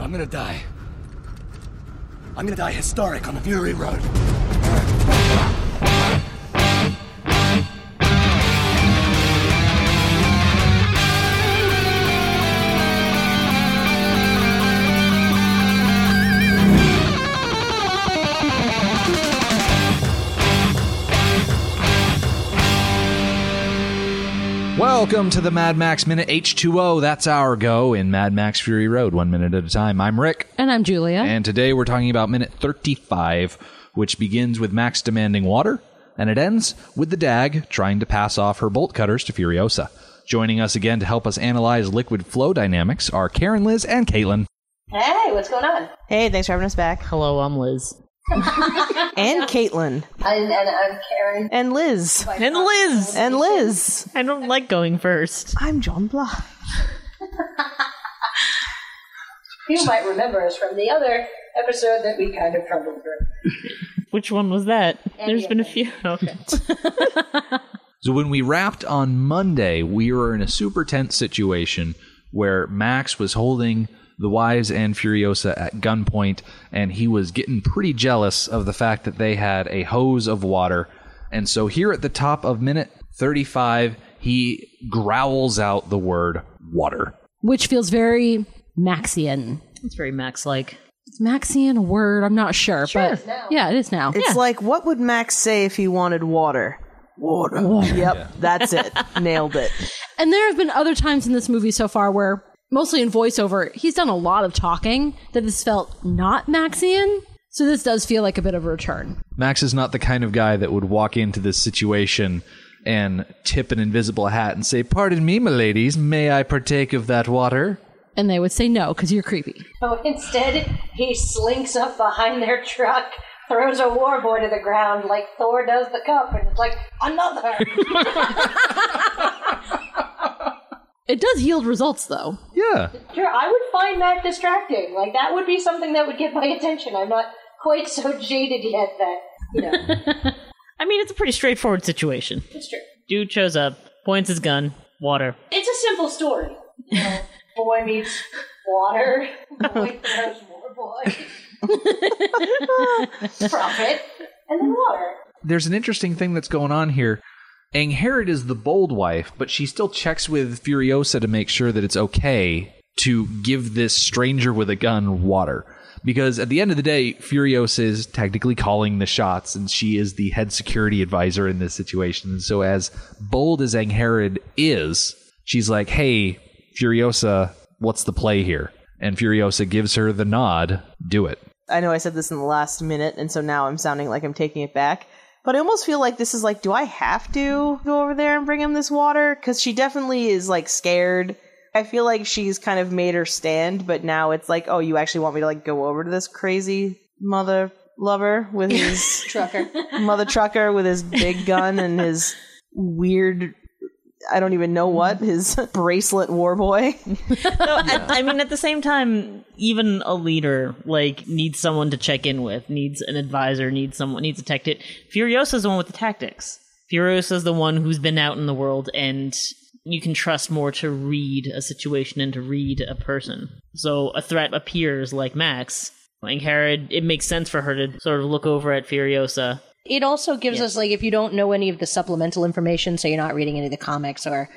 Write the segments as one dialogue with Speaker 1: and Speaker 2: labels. Speaker 1: I'm gonna die. I'm gonna die historic on the Fury Road.
Speaker 2: Welcome to the Mad Max Minute H2O. That's our go in Mad Max Fury Road, one minute at a time. I'm Rick,
Speaker 3: And I'm Julia.
Speaker 2: and today we're talking about minute 35, which begins with Max demanding water, and it ends with the Dag trying to pass off her bolt cutters to Furiosa. Joining us again to help us analyze liquid flow dynamics are Karen Liz and Caitlin.
Speaker 4: Hey, what's going on?
Speaker 5: Hey, thanks for having us back.
Speaker 3: Hello, I'm Liz.
Speaker 5: And Caitlin.
Speaker 4: And, and I'm Karen.
Speaker 5: And Liz.
Speaker 3: And Liz!
Speaker 5: And Liz.
Speaker 3: I don't like going first.
Speaker 5: I'm John Blah.
Speaker 4: You might remember us from the other episode that we kind of fumbled through.
Speaker 3: Which one was that? There's been a few. Okay.
Speaker 2: So when we wrapped on Monday, we were in a super tense situation where Max was holding the wives and Furiosa at gunpoint, and he was getting pretty jealous of the fact that they had a hose of water. And so here at the top of minute 35, he growls out the word water.
Speaker 6: which feels very Maxian.
Speaker 3: It's very Max like.
Speaker 6: It's Maxian a word? I'm not sure, but yeah, it is now.
Speaker 5: It's like, what would Max say if he wanted water? Water. Yep, that's it. Nailed it.
Speaker 6: and there have been other times in this movie so far where, mostly in voiceover, he's done a lot of talking that this felt not Maxian. So this does feel like a bit of a return.
Speaker 2: Max is not the kind of guy that would walk into this situation and tip an invisible hat and say, Pardon me, miladies, may I partake of that water?
Speaker 6: And they would say no because you're creepy.
Speaker 4: So instead, he slinks up behind their truck, throws a war boy to the ground like Thor does the cup, and it's like, another!
Speaker 6: It does yield results though.
Speaker 2: Yeah.
Speaker 4: sure, I would find that distracting. Like, that would be something that would get my attention. I'm not quite so jaded yet that, you know,
Speaker 3: I mean, it's a pretty straightforward situation.
Speaker 4: it's true.
Speaker 3: Dude shows up, points his gun, water.
Speaker 4: It's a simple story. You know, boy meets water, boy throws more boy, profit, and then water.
Speaker 2: there's an interesting thing that's going on here. Angherid is the bold wife, but she still checks with Furiosa to make sure that it's okay to give this stranger with a gun water. Because at the end of the day, Furiosa is technically calling the shots, and she is the head security advisor in this situation. And so, as bold as Angherid is, she's like, hey, Furiosa, what's the play here? And Furiosa gives her the nod do it.
Speaker 5: I know I said this in the last minute, and so now I'm sounding like I'm taking it back. But I almost feel like this is like, do I have to go over there and bring him this water? Because she definitely is like scared. I feel like she's kind of made her stand, but now it's like, oh, you actually want me to like go over to this crazy mother lover with his
Speaker 4: Trucker.
Speaker 5: mother trucker with his big gun and his weird, I don't even know what, his bracelet war boy.
Speaker 3: No, at- I mean, at the same time, even a leader like needs someone to check in with, needs an advisor, needs someone, needs a tactic. Furiosa's the one with the tactics. Furiosa's the one who's been out in the world, and you can trust more to read a situation and to read a person. So a threat appears, like Max. Like Herod, it makes sense for her to sort of look over at Furiosa.
Speaker 7: it also gives us like if you don't know any of the supplemental information so you're not reading any of the comics or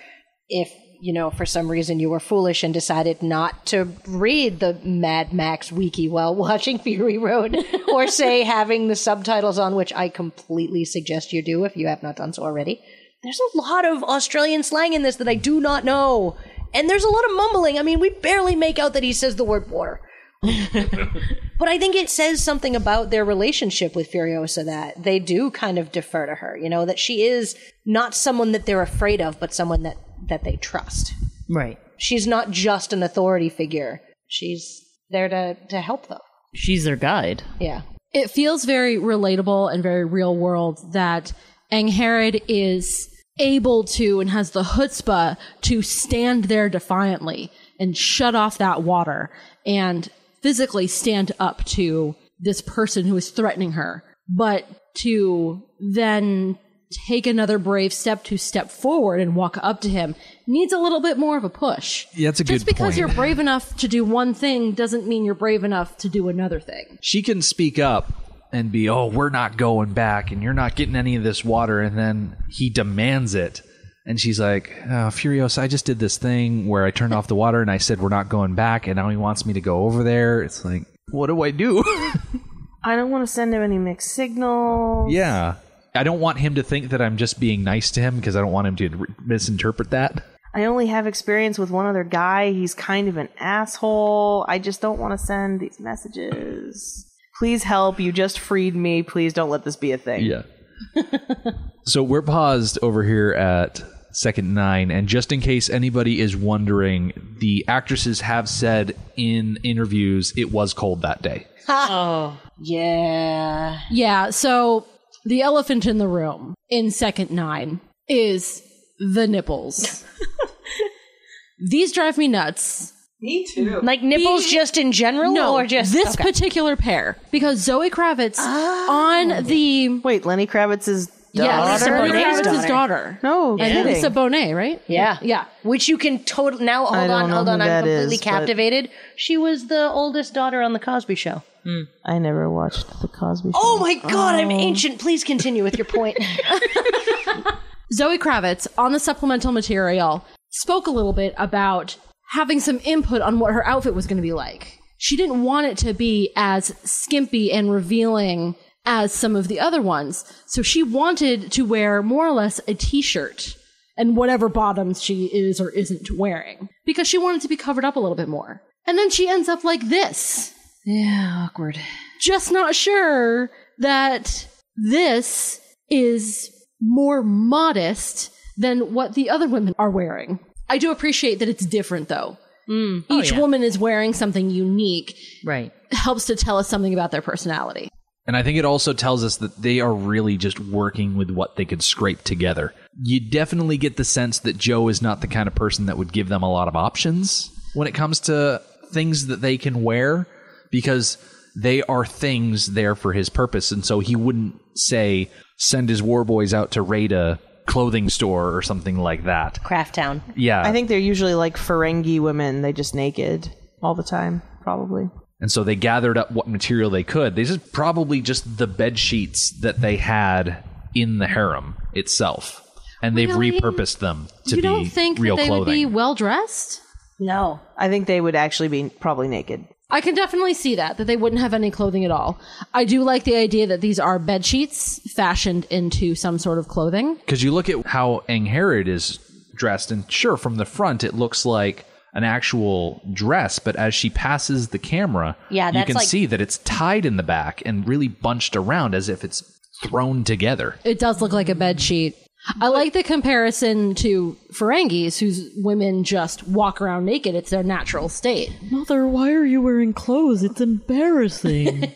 Speaker 7: if you know for some reason you were foolish and decided not to read the mad max wiki while watching fury road or say having the subtitles on which i completely suggest you do if you have not done so already there's a lot of australian slang in this that i do not know and there's a lot of mumbling i mean we barely make out that he says the word water but I think it says something about their relationship with Furiosa that they do kind of defer to her, you know, that she is not someone that they're afraid of, but someone that, that they trust.
Speaker 3: Right.
Speaker 7: She's not just an authority figure. She's there to, to help them.
Speaker 3: She's their guide.
Speaker 7: Yeah.
Speaker 6: it feels very relatable and very real world that Angherod is able to and has the chutzpah to stand there defiantly and shut off that water and physically stand up to this person who is threatening her, but to then take another brave step to step forward and walk up to him needs a little bit more of a push.
Speaker 2: Yeah, that's a
Speaker 6: Just
Speaker 2: good
Speaker 6: because
Speaker 2: point.
Speaker 6: you're brave enough to do one thing doesn't mean you're brave enough to do another thing.
Speaker 2: she can speak up and be, oh, we're not going back and you're not getting any of this water. And then he demands it. And she's like, oh, Furious, I just did this thing where I turned off the water and I said, we're not going back. And now he wants me to go over there. It's like, what do I do?
Speaker 5: I don't want to send him any mixed signals.
Speaker 2: yeah. I don't want him to think that I'm just being nice to him because I don't want him to re- misinterpret that.
Speaker 5: I only have experience with one other guy. He's kind of an asshole. I just don't want to send these messages. Please help. You just freed me. Please don't let this be a thing.
Speaker 2: Yeah. so we're paused over here at second nine, and just in case anybody is wondering, the actresses have said in interviews it was cold that day.
Speaker 7: Yeah.
Speaker 6: Yeah, so the elephant in the room in second nine is the nipples. These drive me nuts.
Speaker 4: Me too.
Speaker 7: Like nipples just in general
Speaker 6: No,
Speaker 7: or just
Speaker 6: this
Speaker 7: okay.
Speaker 6: particular pair because Zoe Kravitz on the
Speaker 5: Wait, Lenny Kravitz's
Speaker 6: yeah
Speaker 7: Lisa
Speaker 6: Zoe
Speaker 7: Bonet's
Speaker 6: Kravitz's daughter.
Speaker 7: daughter.
Speaker 5: No
Speaker 6: I think
Speaker 5: kidding.
Speaker 6: Lisa Bonet, right?
Speaker 7: Yeah.
Speaker 6: yeah.
Speaker 7: Which you can totally now hold
Speaker 5: don't
Speaker 7: on,
Speaker 5: know
Speaker 7: hold on.
Speaker 5: who
Speaker 7: I'm
Speaker 5: that
Speaker 7: completely
Speaker 5: is, but-
Speaker 7: captivated. She was the oldest daughter on the Cosby show.
Speaker 5: I never watched the Cosby Show.
Speaker 7: Oh my god, I'm ancient. Please continue with your point.
Speaker 6: Zoe Kravitz on the supplemental material spoke a little bit about having some input on what her outfit was going to be like. She didn't want it to be as skimpy and revealing as some of the other ones. So she wanted to wear more or less a t shirt and whatever bottoms she is or isn't wearing because she wanted to be covered up a little bit more. And then she ends up like this.
Speaker 7: yeah, awkward.
Speaker 6: Just not sure that this is more modest than what the other women are wearing. I do appreciate that it's different though.
Speaker 2: Mm. Oh,
Speaker 6: Each woman is wearing something unique,
Speaker 3: Right.
Speaker 6: helps to tell us something about their personality.
Speaker 2: And I think it also tells us that they are really just working with what they could scrape together. You definitely get the sense that Joe is not the kind of person that would give them a lot of options when it comes to things that they can wear because they are things there for his purpose. And so he wouldn't say, send his war boys out to raid a clothing store or something like that.
Speaker 7: Craft Town.
Speaker 2: Yeah.
Speaker 5: I think they're usually like Ferengi women. They just naked all the time, probably.
Speaker 2: And so they gathered up what material they could. This is probably just the bed sheets that they had in the harem itself. And they've
Speaker 6: Really?
Speaker 2: repurposed them to
Speaker 6: you
Speaker 2: be
Speaker 6: don't think
Speaker 2: real
Speaker 6: that they would be
Speaker 2: clothing.
Speaker 6: well dressed?
Speaker 7: No.
Speaker 5: I think they would actually be probably naked.
Speaker 6: I can definitely see that that they wouldn't have any clothing at all. I do like the idea that these are bed sheets fashioned into some sort of clothing.
Speaker 2: Because you look at how Angharad is dressed, and sure, from the front, it looks like an actual dress, but as she passes the camera,
Speaker 7: Yeah,
Speaker 2: you
Speaker 7: that's
Speaker 2: can
Speaker 7: like-
Speaker 2: see that it's tied in the back and really bunched around as if it's thrown together.
Speaker 6: It does look like a bed sheet. I like the comparison to Ferengis, whose women just walk around naked. It's their natural state.
Speaker 3: Mother, why are you wearing clothes? It's embarrassing.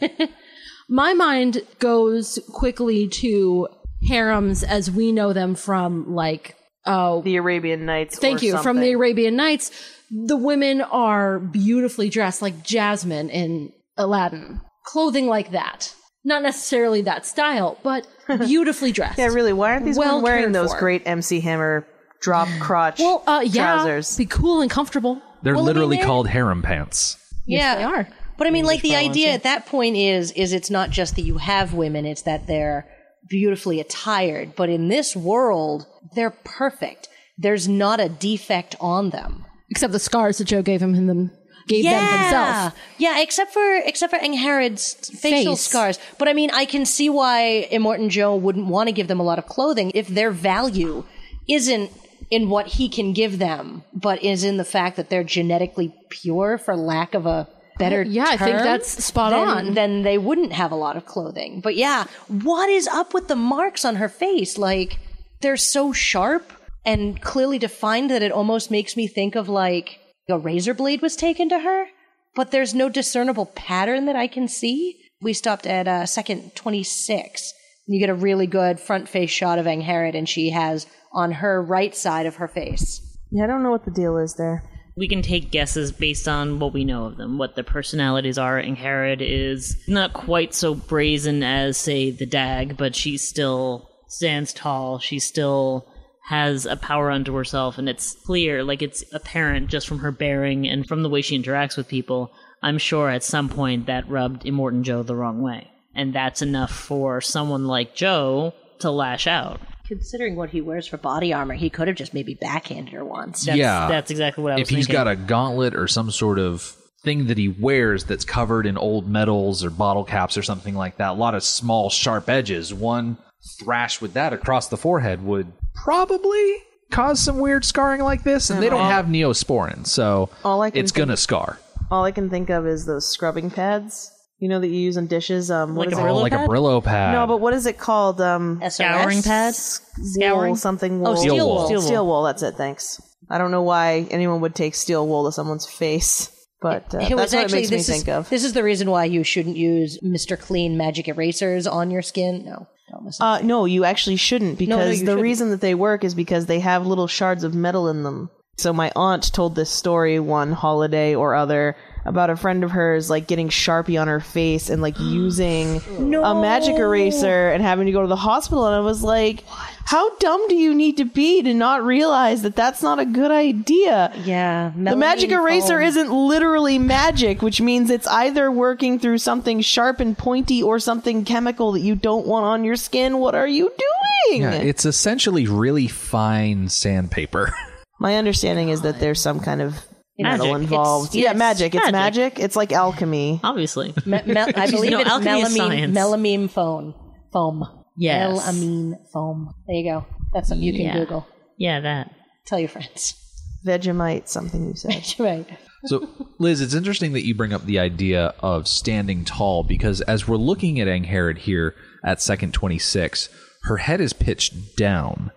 Speaker 6: My mind goes quickly to harems as we know them from, like, oh,
Speaker 5: The Arabian Nights.
Speaker 6: thank
Speaker 5: or
Speaker 6: you, from the
Speaker 5: something.
Speaker 6: Arabian Nights. The women are beautifully dressed, like Jasmine in Aladdin. Clothing like that. Not necessarily that style, but beautifully dressed.
Speaker 5: Yeah, really. Why aren't these
Speaker 6: Well
Speaker 5: women wearing
Speaker 6: cared
Speaker 5: those
Speaker 6: for.
Speaker 5: great MC Hammer drop crotch
Speaker 6: Well, uh, yeah,
Speaker 5: trousers?
Speaker 6: be cool and comfortable.
Speaker 2: They're
Speaker 7: I mean,
Speaker 2: literally
Speaker 7: they're-
Speaker 2: called harem pants.
Speaker 7: yeah.
Speaker 6: They are.
Speaker 7: But I mean, like the idea at that point is is it's not just that you have women; it's that they're beautifully attired. But in this world, they're perfect. There's not a defect on them.
Speaker 6: except the scars that Joe gave him and them gave them himself.
Speaker 7: yeah. Except for except for Angharad's facial
Speaker 6: Face.
Speaker 7: scars. But I mean, I can see why Immortan Joe wouldn't want to give them a lot of clothing if their value isn't in what he can give them, but is in the fact that they're genetically pure, for lack of a better
Speaker 6: Yeah, I think
Speaker 7: term
Speaker 6: that's spot
Speaker 7: then,
Speaker 6: on.
Speaker 7: Then they wouldn't have a lot of clothing. But yeah, what is up with the marks on her face? Like they're so sharp and clearly defined that it almost makes me think of like a razor blade was taken to her. But there's no discernible pattern that I can see. We stopped at uh, second 26. and You get a really good front face shot of Angharad, and she has on her right side of her face.
Speaker 5: Yeah, I don't know what the deal is there.
Speaker 3: we can take guesses based on what we know of them, what their personalities are. And Herod is not quite so brazen as, say, the Dag, but she's still stands tall. She still has a power unto herself, and it's clear, like it's apparent just from her bearing and from the way she interacts with people. I'm sure at some point that rubbed Immortan Joe the wrong way. And that's enough for someone like Joe to lash out.
Speaker 7: Considering what he wears for body armor, he could have just maybe backhanded her once.
Speaker 3: That's,
Speaker 2: Yeah.
Speaker 3: That's exactly what I was
Speaker 2: if he's
Speaker 3: thinking.
Speaker 2: got a gauntlet or some sort of thing that he wears that's covered in old metals or bottle caps or something like that, a lot of small sharp edges, one thrash with that across the forehead would probably cause some weird scarring like this and they don't have neosporin so
Speaker 5: Uh-huh. All I can
Speaker 2: it's gonna scar
Speaker 5: All I can think of is those scrubbing pads. You know that you use on dishes. Um, what
Speaker 3: Like
Speaker 5: is
Speaker 3: a
Speaker 5: it?
Speaker 3: Brillo
Speaker 2: like
Speaker 3: pad?
Speaker 2: a brillo pad
Speaker 5: No, but what is it called? Um,
Speaker 7: SOS?
Speaker 3: Scouring pad?
Speaker 5: wool,
Speaker 3: Scouring?
Speaker 5: something wool.
Speaker 7: Oh, steel
Speaker 2: wool.
Speaker 7: wool.
Speaker 3: Steel
Speaker 5: Steel wool. That's it. Thanks. I don't know why anyone would take steel wool to someone's face, but uh,
Speaker 7: It was
Speaker 5: that's what
Speaker 7: actually,
Speaker 5: it makes me
Speaker 7: this is,
Speaker 5: think of.
Speaker 7: This is the reason why you shouldn't use Mr. Clean magic erasers on your skin. No, no, listen.
Speaker 5: Uh, no, you actually shouldn't because
Speaker 7: you
Speaker 5: the
Speaker 7: shouldn't.
Speaker 5: reason that they work is because they have little shards of metal in them. So my aunt told this story one holiday or other about a friend of hers like getting Sharpie on her face and like using a magic eraser and having to go to the hospital and I was like how dumb do you need to be to not realize that that's not a good idea.
Speaker 7: yeah,
Speaker 5: The magic eraser isn't literally magic, which means it's either working through something sharp and pointy or something chemical that you don't want on your skin. What are you doing?
Speaker 2: yeah, it's essentially really fine sandpaper
Speaker 5: My understanding is that there's some kind of metal
Speaker 3: Magic.
Speaker 5: involved.
Speaker 7: It's-
Speaker 5: yeah,
Speaker 7: yes,
Speaker 5: magic. It's
Speaker 3: magic.
Speaker 5: magic. It's like alchemy.
Speaker 3: Obviously.
Speaker 7: Me- mel- I believe
Speaker 3: No,
Speaker 7: it's
Speaker 3: alchemy is
Speaker 7: melamine,
Speaker 3: science.
Speaker 7: melamine foam. Foam.
Speaker 3: Yes.
Speaker 7: Melamine foam. There you go. That's something you can
Speaker 3: Yeah.
Speaker 7: Google.
Speaker 3: yeah, that.
Speaker 7: Tell your friends.
Speaker 5: Vegemite, something you said.
Speaker 7: right.
Speaker 2: So, Liz, it's interesting that you bring up the idea of standing tall because as we're looking at Angharad here at second 26, her head is pitched down.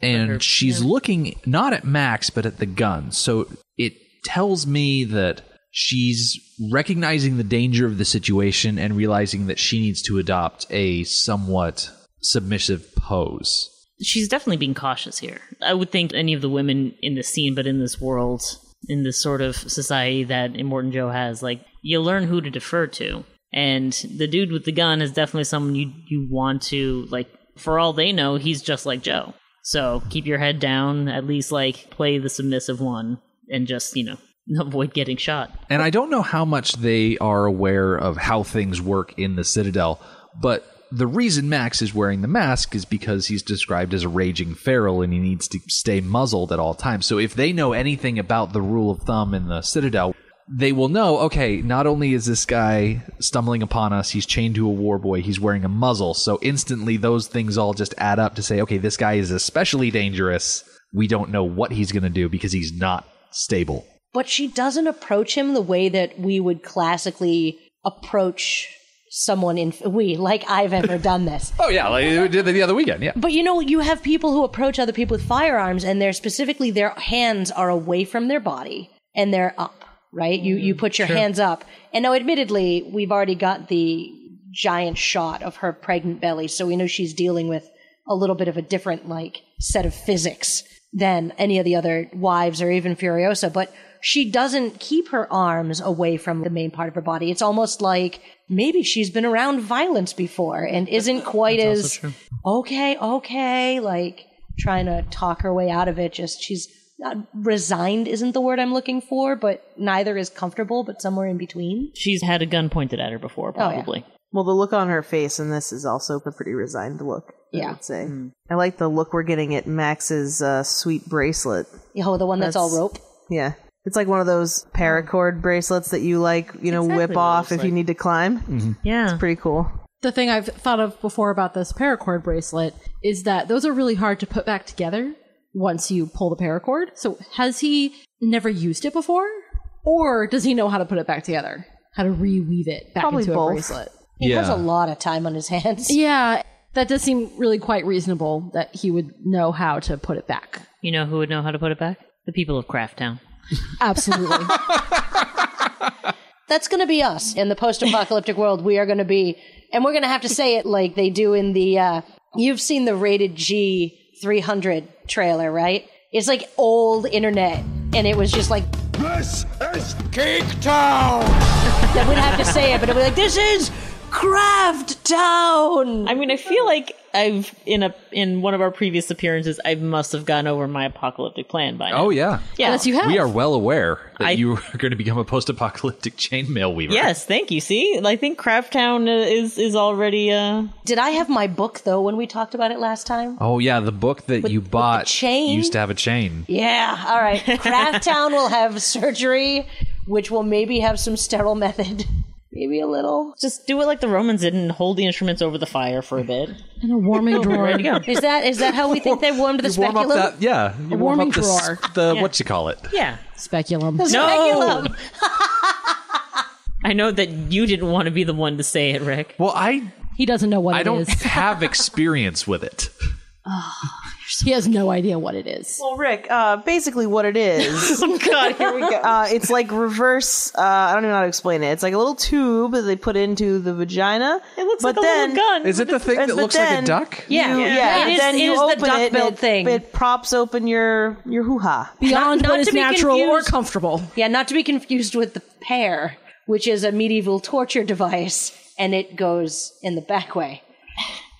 Speaker 2: And she's looking not at Max, but at the gun. So it tells me that she's recognizing the danger of the situation and realizing that she needs to adopt a somewhat submissive pose.
Speaker 3: she's definitely being cautious here. I would think any of the women in this scene, but in this world, in this sort of society that Immortan Joe has, like you learn who to defer to, and the dude with the gun is definitely someone you you want to like. For all they know, he's just like Joe. So keep your head down. At least like play the submissive one, and just you know avoid getting shot.
Speaker 2: And I don't know how much they are aware of how things work in the Citadel, but the reason Max is wearing the mask is because he's described as a raging feral and he needs to stay muzzled at all times. So if they know anything about the rule of thumb in the Citadel, they will know okay, not only is this guy stumbling upon us, he's chained to a war boy, he's wearing a muzzle. So instantly, those things all just add up to say, okay, this guy is especially dangerous. We don't know what he's going to do because he's not stable.
Speaker 7: But she doesn't approach him the way that we would classically approach someone in we like I've ever done this.
Speaker 2: Oh, yeah, like we did the other weekend, yeah.
Speaker 7: But you know, you have people who approach other people with firearms, and they're specifically their hands are away from their body and they're up, right? You you put your hands up, and now, admittedly, we've already got the giant shot of her pregnant belly, so we know she's dealing with a little bit of a different like set of physics than any of the other wives or even Furiosa, but she doesn't keep her arms away from the main part of her body. It's almost like maybe she's been around violence before and isn't quite as okay, okay, like trying to talk her way out of it. Just she's not resigned isn't the word I'm looking for, but neither is comfortable, but somewhere in between.
Speaker 3: She's had a gun pointed at her before,
Speaker 7: yeah.
Speaker 3: probably.
Speaker 5: Well, the look on her face in this is also a pretty resigned look. I
Speaker 7: Yeah.
Speaker 5: would say. I like the look we're getting at Max's uh, sweet bracelet.
Speaker 7: Oh, the one that's,
Speaker 5: That's-
Speaker 7: all rope.
Speaker 5: Yeah. It's like one of those paracord bracelets that you like, you know, whip off if you need to climb.
Speaker 7: Mm-hmm.
Speaker 3: Yeah,
Speaker 5: Pretty cool.
Speaker 6: The thing I've thought of before about this paracord bracelet is that those are really hard to put back together once you pull the paracord. So has he never used it before? Or does he know how to put it back together? How to reweave it back
Speaker 5: Probably
Speaker 6: into
Speaker 5: both.
Speaker 6: a bracelet?
Speaker 7: He has
Speaker 2: Yeah.
Speaker 7: a lot of time on his hands.
Speaker 6: Yeah, that does seem really quite reasonable that he would know how to put it back.
Speaker 3: you know who would know how to put it back? The people of Crafttown.
Speaker 6: Absolutely.
Speaker 7: That's going to be us in the post-apocalyptic world. We are going to be, and we're going to have to say it like they do in the. Uh, you've seen the rated G 300 trailer, right? It's like old internet, and it was just like
Speaker 1: This is Geek Town!
Speaker 7: that we'd have to say it, but it'd be like, this is
Speaker 5: Craft Town.
Speaker 3: I mean, I feel like I've in a in one of our previous appearances, I must have gone over my apocalyptic plan by now.
Speaker 2: Oh yeah.
Speaker 3: yeah,
Speaker 6: Yes, you have.
Speaker 2: We are well aware that
Speaker 3: I-
Speaker 2: you are going to become a post-apocalyptic chainmail weaver.
Speaker 3: Yes, thank you. See, I think Crafttown uh, is is already. Uh,
Speaker 7: Did I have my book though when we talked about it last time?
Speaker 2: Oh yeah, the book that you
Speaker 7: with the
Speaker 2: bought
Speaker 7: chain?
Speaker 2: used to have a chain.
Speaker 7: Yeah. All right. Craft Town will have surgery, which will maybe have some sterile method. Maybe a little.
Speaker 3: just do it like the Romans did and hold the instruments over the fire for a bit.
Speaker 6: in a warming drawer.
Speaker 3: Ready to go.
Speaker 7: Is that is that how we think they warmed the
Speaker 2: You warm up
Speaker 7: speculum?
Speaker 2: that, yeah. You warm
Speaker 6: warming
Speaker 2: up the, s-
Speaker 6: drawer.
Speaker 2: the what you call it?
Speaker 3: Yeah.
Speaker 6: Speculum.
Speaker 3: No. I know that you didn't want to be the one to say it, Rick.
Speaker 2: Well, I
Speaker 6: He doesn't know what
Speaker 2: I
Speaker 6: it
Speaker 2: don't
Speaker 6: is.
Speaker 2: have experience with it.
Speaker 6: He has no idea what it is.
Speaker 5: Well, Rick, uh, basically what it is,
Speaker 3: Oh God, here we go.
Speaker 5: uh, it's like reverse. Uh, I don't even know how to explain it. It's like a little tube that they put into the vagina.
Speaker 3: It looks
Speaker 5: but
Speaker 3: like
Speaker 5: then,
Speaker 3: a little gun.
Speaker 2: Is it the thing
Speaker 5: But
Speaker 2: that looks like
Speaker 5: then-
Speaker 2: a duck?
Speaker 5: Yeah,
Speaker 7: Yeah.
Speaker 5: yeah.
Speaker 7: Yeah. It
Speaker 5: and
Speaker 7: is-
Speaker 5: then
Speaker 7: it
Speaker 5: you
Speaker 7: is the
Speaker 5: open
Speaker 7: duck
Speaker 5: it, and
Speaker 7: built
Speaker 5: it,
Speaker 7: thing.
Speaker 5: It props open your your hoo ha.
Speaker 6: Beyond
Speaker 7: not
Speaker 6: what is
Speaker 7: to be
Speaker 6: natural
Speaker 7: confused-
Speaker 6: or comfortable.
Speaker 7: Yeah, not to be confused with the pear, which is a medieval torture device, and it goes in the back way,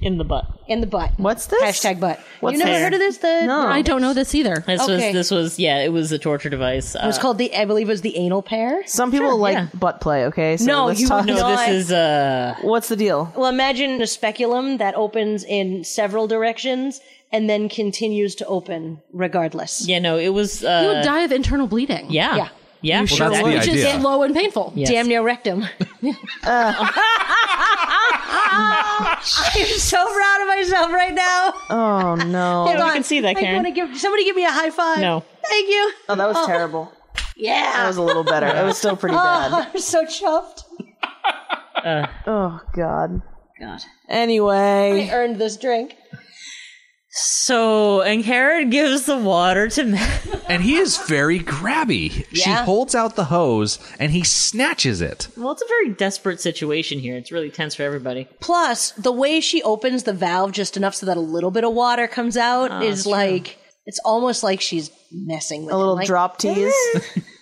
Speaker 3: in the butt?
Speaker 7: in the butt.
Speaker 5: What's this?
Speaker 7: Hashtag butt.
Speaker 5: What's
Speaker 7: you never
Speaker 5: pear?
Speaker 7: heard of this? The
Speaker 5: No.
Speaker 6: I don't know this either.
Speaker 3: This
Speaker 7: Okay.
Speaker 3: was this was yeah. It was a torture device.
Speaker 7: it was
Speaker 3: Uh,
Speaker 7: called the I believe it was the anal pear.
Speaker 5: Some people like
Speaker 3: yeah.
Speaker 5: butt play. Okay, so
Speaker 7: No,
Speaker 5: let's
Speaker 7: you
Speaker 5: talk-
Speaker 7: would
Speaker 3: no,
Speaker 7: not.
Speaker 3: this is uh.
Speaker 5: What's the deal?
Speaker 7: Well, imagine a speculum that opens in several directions and then continues to open regardless.
Speaker 3: Yeah, no, it was. Uh,
Speaker 6: You would die of internal bleeding.
Speaker 3: Yeah,
Speaker 7: Yeah.
Speaker 3: yeah.
Speaker 2: Well, that's the
Speaker 6: Which
Speaker 2: idea.
Speaker 6: is slow and painful.
Speaker 3: Yes.
Speaker 7: Damn near rectum. I'm so proud of myself right now.
Speaker 5: Oh no!
Speaker 3: Yeah, we can see that,
Speaker 7: I
Speaker 3: Karen.
Speaker 7: want to give somebody give me a high five.
Speaker 3: No.
Speaker 7: Thank you.
Speaker 5: Oh, that was terrible. That
Speaker 7: Yeah.
Speaker 5: was a little better. It was still
Speaker 7: Oh,
Speaker 5: pretty bad.
Speaker 7: I'm so chuffed.
Speaker 5: Oh God.
Speaker 7: God.
Speaker 5: Anyway,
Speaker 7: I earned this drink.
Speaker 3: So, and Herod gives the water to Matt.
Speaker 2: And he is very grabby. She
Speaker 7: Yeah.
Speaker 2: holds out the hose and he snatches it.
Speaker 3: Well, it's a very desperate situation here. It's really tense for everybody.
Speaker 7: Plus, the way she opens the valve just enough so that a little bit of water comes out is like it's almost like she's messing with
Speaker 5: a little
Speaker 7: like,
Speaker 5: drop tease.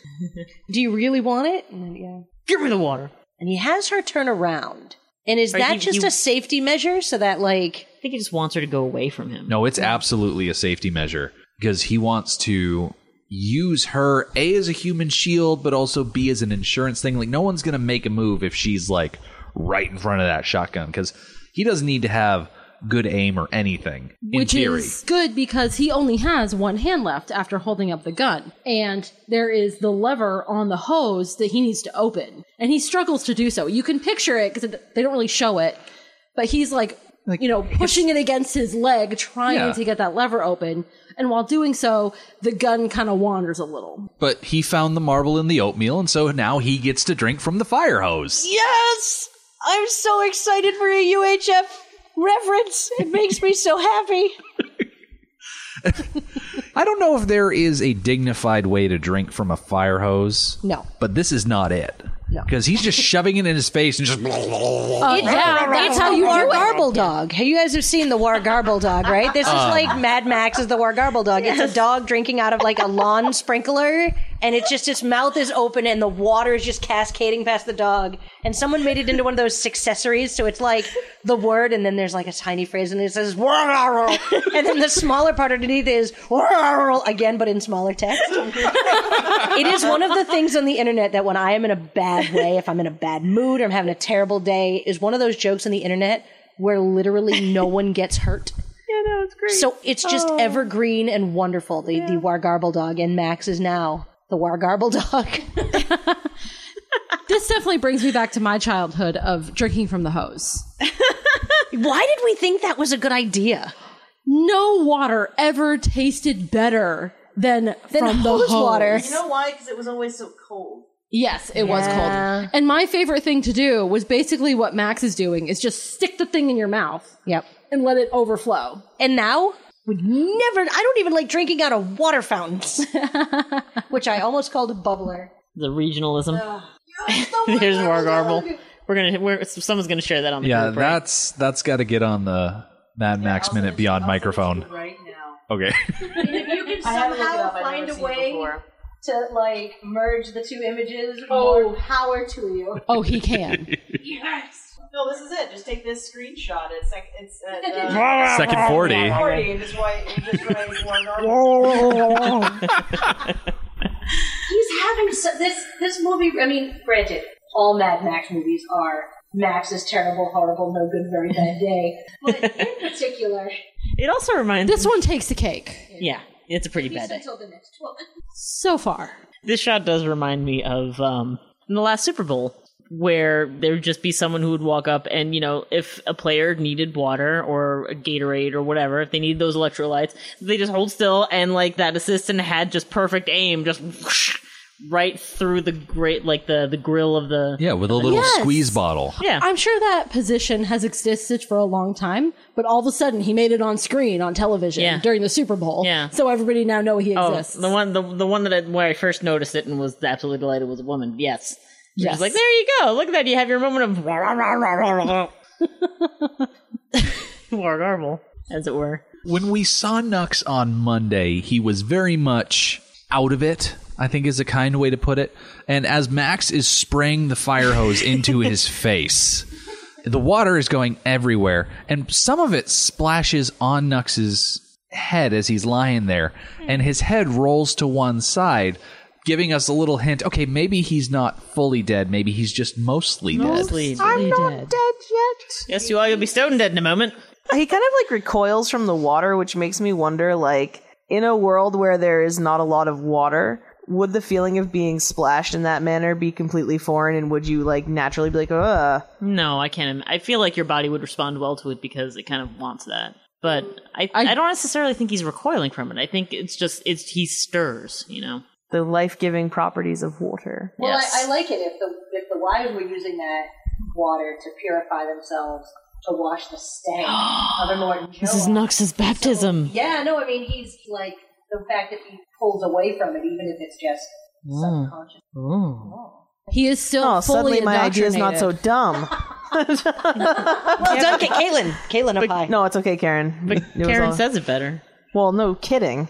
Speaker 7: Do you really want it? And, then, yeah.
Speaker 3: Give me the water.
Speaker 7: and he has her turn around. And is
Speaker 3: Right,
Speaker 7: that
Speaker 3: he-
Speaker 7: just
Speaker 3: he-
Speaker 7: a safety measure so that like
Speaker 3: I think he just wants her to go away from him.
Speaker 2: No, it's absolutely a safety measure because he wants to use her A as a human shield, but also B as an insurance thing. Like, no one's going to make a move if she's like right in front of that shotgun because he doesn't need to have good aim or anything in
Speaker 6: Which
Speaker 2: theory.
Speaker 6: is good because he only has one hand left after holding up the gun. And there is the lever on the hose that he needs to open. And he struggles to do so. You can picture it because they don't really show it. But he's like, you know, pushing it against his leg, trying
Speaker 2: Yeah.
Speaker 6: to get that lever open. And while doing so, the gun kind of wanders a little.
Speaker 2: But he found the marble in the oatmeal, and so now he gets to drink from the fire hose.
Speaker 7: Yes! I'm so excited for a UHF reference. It makes me so happy.
Speaker 2: I don't know if there is a dignified way to drink from a fire hose.
Speaker 7: No.
Speaker 2: But this is not it. Because he's just shoving it in his face and just.
Speaker 6: Uh, yeah, that's how you do
Speaker 7: War
Speaker 6: it.
Speaker 7: Garble Dog. You guys have seen the War Garble Dog, right? This is like Mad Max is the War Garble Dog. It's a dog drinking out of like a lawn sprinkler, and it's just its mouth is open and the water is just cascading past the dog. And someone made it into one of those successories, so it's like the word, and then there's like a tiny phrase, and it says "War Garble," and then the smaller part underneath is "War Garble" again, but in smaller text. It is one of the things on the internet that when I am in a bad way, if I'm in a bad mood or I'm having a terrible day, is one of those jokes on the internet where literally no one gets hurt.
Speaker 3: Yeah, no, it's great.
Speaker 7: So it's just evergreen and wonderful. The the Wargarble dog and Max is now the Wargarble dog.
Speaker 6: This definitely brings me back to my childhood of drinking from the hose.
Speaker 7: Why did we think that was a good idea?
Speaker 6: no water ever tasted better than from the
Speaker 7: hose
Speaker 6: hose
Speaker 7: water.
Speaker 5: You know why? Because it was always so cold.
Speaker 6: Yes, it was cold. And my favorite thing to do was basically what Max is doing is just stick the thing in your mouth
Speaker 7: Yep.
Speaker 6: and let it overflow.
Speaker 7: And now would never. I don't even like drinking out of water fountains, which I almost called a bubbler.
Speaker 3: the regionalism. There's Wargarble. We're gonna. We're, someone's gonna share that on the
Speaker 2: yeah,
Speaker 3: group, right?
Speaker 2: that's that's got to get on the Mad Max Minute Beyond microphone.
Speaker 8: right now.
Speaker 2: Okay.
Speaker 8: You can
Speaker 4: somehow find a way to like
Speaker 3: Oh.
Speaker 4: merge the two images. More power to you.
Speaker 6: Oh, he can.
Speaker 8: Yes.
Speaker 5: No, this is it. Just take this screenshot. It's like it's at, uh,
Speaker 2: Second 40.
Speaker 5: 40 and just write and just write one
Speaker 4: He's having so, this this movie. I mean, granted, all Mad Max movies are Max is terrible, horrible, no good, very bad day. But in particular,
Speaker 3: It also reminds
Speaker 6: This one takes the cake
Speaker 3: Yeah, it's a pretty bad
Speaker 4: he's
Speaker 3: day.
Speaker 4: until the next one.
Speaker 6: so far.
Speaker 3: This shot does remind me of um, in the last Super Bowl, where there would just be someone who would walk up and, you know, if a player needed water or a Gatorade or whatever, if they needed those electrolytes, they just hold still and, like, that assistant had just perfect aim, just whoosh, right through the great, like, the, the grill of the.
Speaker 2: Yeah, with a little
Speaker 6: Yes.
Speaker 2: squeeze bottle.
Speaker 3: Yeah.
Speaker 6: I'm sure that position has existed for a long time, but all of a sudden he made it on screen on television
Speaker 3: Yeah.
Speaker 6: during the Super Bowl.
Speaker 3: Yeah.
Speaker 6: So everybody now know he
Speaker 3: Oh,
Speaker 6: exists.
Speaker 3: the one, the, the one that I, where I first noticed it and was absolutely delighted was a woman. Yes, yes.
Speaker 6: Yes.
Speaker 3: like there you go. Look at that. You have your moment of wargarble, as it were.
Speaker 2: When we saw Nux on Monday, he was very much out of it, I think is a kind way to put it. And as Max is spraying the fire hose into his face, the water is going everywhere, and some of it splashes on Nux's head as he's lying there, and his head rolls to one side. Giving us a little hint, okay, maybe he's not fully dead. Maybe he's just mostly dead.
Speaker 3: Please.
Speaker 5: I'm not dead yet.
Speaker 3: Yes, you are. You'll be stone dead in a moment.
Speaker 5: He kind of like recoils from the water, which makes me wonder like in a world where there is not a lot of water, would the feeling of being splashed in that manner be completely foreign and would you like naturally be like, "Uh,
Speaker 3: No, I can't. im- I feel like your body would respond well to it because it kind of wants that. But I, I,
Speaker 6: I-
Speaker 3: don't necessarily think he's recoiling from it. I think it's just it's he stirs. You know.
Speaker 5: the life-giving properties of water."
Speaker 4: Well,
Speaker 3: Yes.
Speaker 4: I, I like it if the if the wives were using that water to purify themselves to wash the stank of a Morton Joe.
Speaker 3: This is Nux's baptism.
Speaker 4: Yeah, no, I mean he's like the fact that he pulls away from it, even if it's just
Speaker 3: Mm.
Speaker 4: subconscious.
Speaker 3: Oh.
Speaker 6: he is still
Speaker 5: Oh,
Speaker 6: fully
Speaker 5: suddenly my idea's not so
Speaker 6: indoctrinated.
Speaker 5: dumb.
Speaker 7: Well done, Ca- Caitlin. Caitlin up high.
Speaker 5: No, it's okay, Karen.
Speaker 3: But
Speaker 5: It was
Speaker 3: Karen
Speaker 5: all-
Speaker 3: says it better.
Speaker 5: well, no kidding.